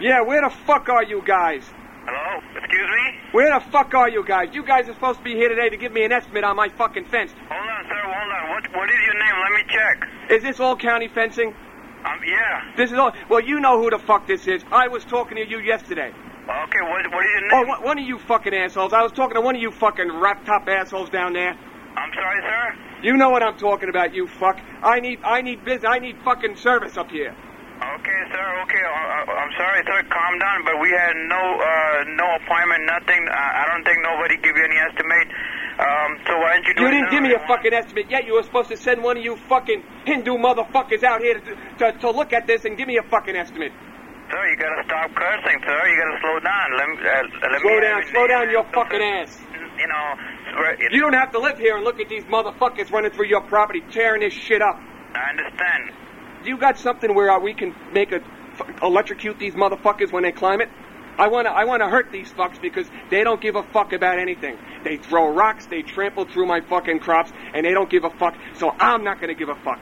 Yeah, where the fuck are you guys? Hello? Excuse me? Where the fuck are you guys? You guys are supposed to be here today to give me an estimate on my fucking fence. Hold on, sir. Hold on. What, what is your name? Let me check. Is this all county fencing? Um, yeah. This is all. Well, you know who the fuck this is. I was talking to you yesterday. Okay, what, what is your Oh, name? one- one of you fucking assholes. I was talking to one of you fucking rap top assholes down there. I'm sorry, sir. You know what I'm talking about, you fuck. I need, I need business. I need fucking service up here. Okay, sir. Okay. Uh, uh, I'm sorry, sir. Calm down. But we had no uh, no appointment, nothing. Uh, I don't think nobody give you any estimate. Um, so why don't you do You it didn't now? give me a fucking estimate yet. You were supposed to send one of you fucking Hindu motherfuckers out here to, to, to look at this and give me a fucking estimate. Sir, you gotta stop cursing, sir. You gotta slow down. Let me. Uh, let Slow me down, slow down your fucking ass. You know. it's- You don't have to live here and look at these motherfuckers running through your property, tearing this shit up. I understand. You got something where uh, we can make a f- electrocute these motherfuckers when they climb it? I wanna, I wanna hurt these fucks because they don't give a fuck about anything. They throw rocks, they trample through my fucking crops, and they don't give a fuck. So I'm not gonna give a fuck.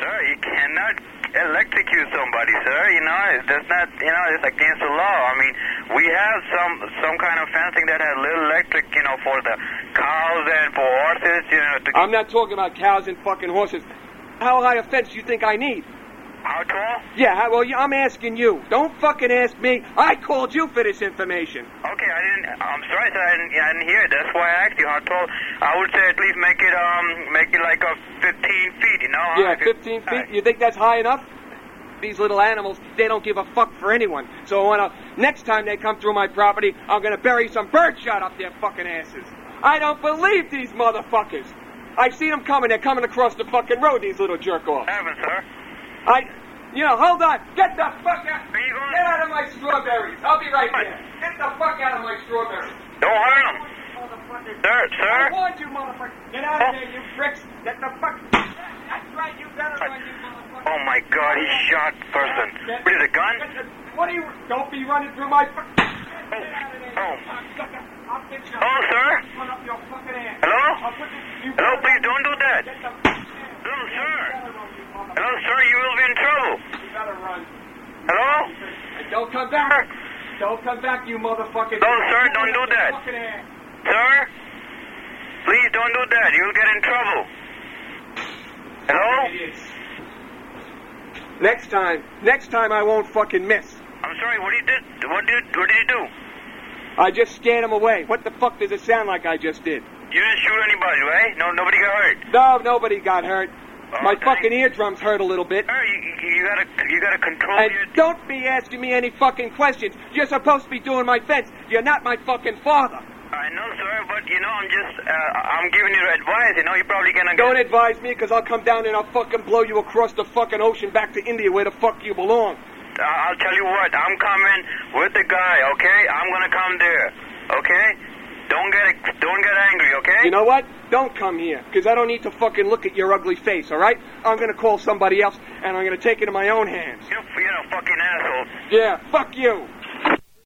Sir, you cannot electrocute somebody, sir. You know, it- that's not, you know, it's against the law. I mean, we have some some kind of fencing that has little electric, you know, for the cows and for horses, you know. To, I'm not talking about cows and fucking horses. How high a fence do you think I need? how tall? Yeah, how- well, I'm asking you. Don't fucking ask me. I called you for this information. Okay, I didn't. I'm sorry, sir. I didn't, I didn't hear. it. That's why I asked you how tall. I would say at least make it um make it like a 15 feet, you know. Yeah, If it- 15 feet. You think that's high enough? These little animals, they don't give a fuck for anyone. So I wanna, next time they come through my property, I'm gonna bury some birdshot up their fucking asses. I don't believe these motherfuckers. I see them coming. They're coming across the fucking road, these little jerk offs. Seven, sir. I, you know, hold on. Get the fuck out. Where you going? Get out of my strawberries. I'll be right there. Get the fuck out of my strawberries. Don't harm him, Motherfuckers. sir. Sir. I warned you, motherfucker. Get out of there, you pricks. Get the fuck. That's right, you better run, you motherfucker. Oh my God, he shot person. What is it, a gun? Get the- What are you? Don't be running through my. fu- Get out of there, Oh. you cocksucker. I'll fix your. Oh, sir. Put up your fucking ass. Hello? I'll put this- you Hello, better please run. don't do that. Get the fuck out. Hello, You sir. better run, you motherfucker. Hello, sir, you will be in trouble. You better run. Hello? And don't come back. Don't come back, you motherfucker. No, sir, don't do that. Fucking ass. Sir? Please don't do that. You'll get in trouble. Hello? Next time, next time I won't fucking miss. I'm sorry, what did you do? What did, what did you do? I just scared him away. What the fuck does it sound like I just did? You didn't shoot anybody, right? No, nobody got hurt. No, nobody got hurt. My Okay. fucking eardrums hurt a little bit. Sir, you, you- you gotta, you gotta control And your... don't be asking me any fucking questions. You're supposed to be doing my fence. You're not my fucking father. I know, sir, but, you know, I'm just, uh, I'm giving you advice, you know, you're probably gonna get... Don't advise me, because I'll come down and I'll fucking blow you across the fucking ocean back to India where the fuck you belong. I- I'll tell you what, I'm coming with the guy, okay? I'm gonna come there, okay? Don't get don't get angry, okay? You know what? Don't come here, because I don't need to fucking look at your ugly face, all right? I'm going to call somebody else, and I'm going to take it in my own hands. É, you, you're a fucking asshole. Yeah, fuck you.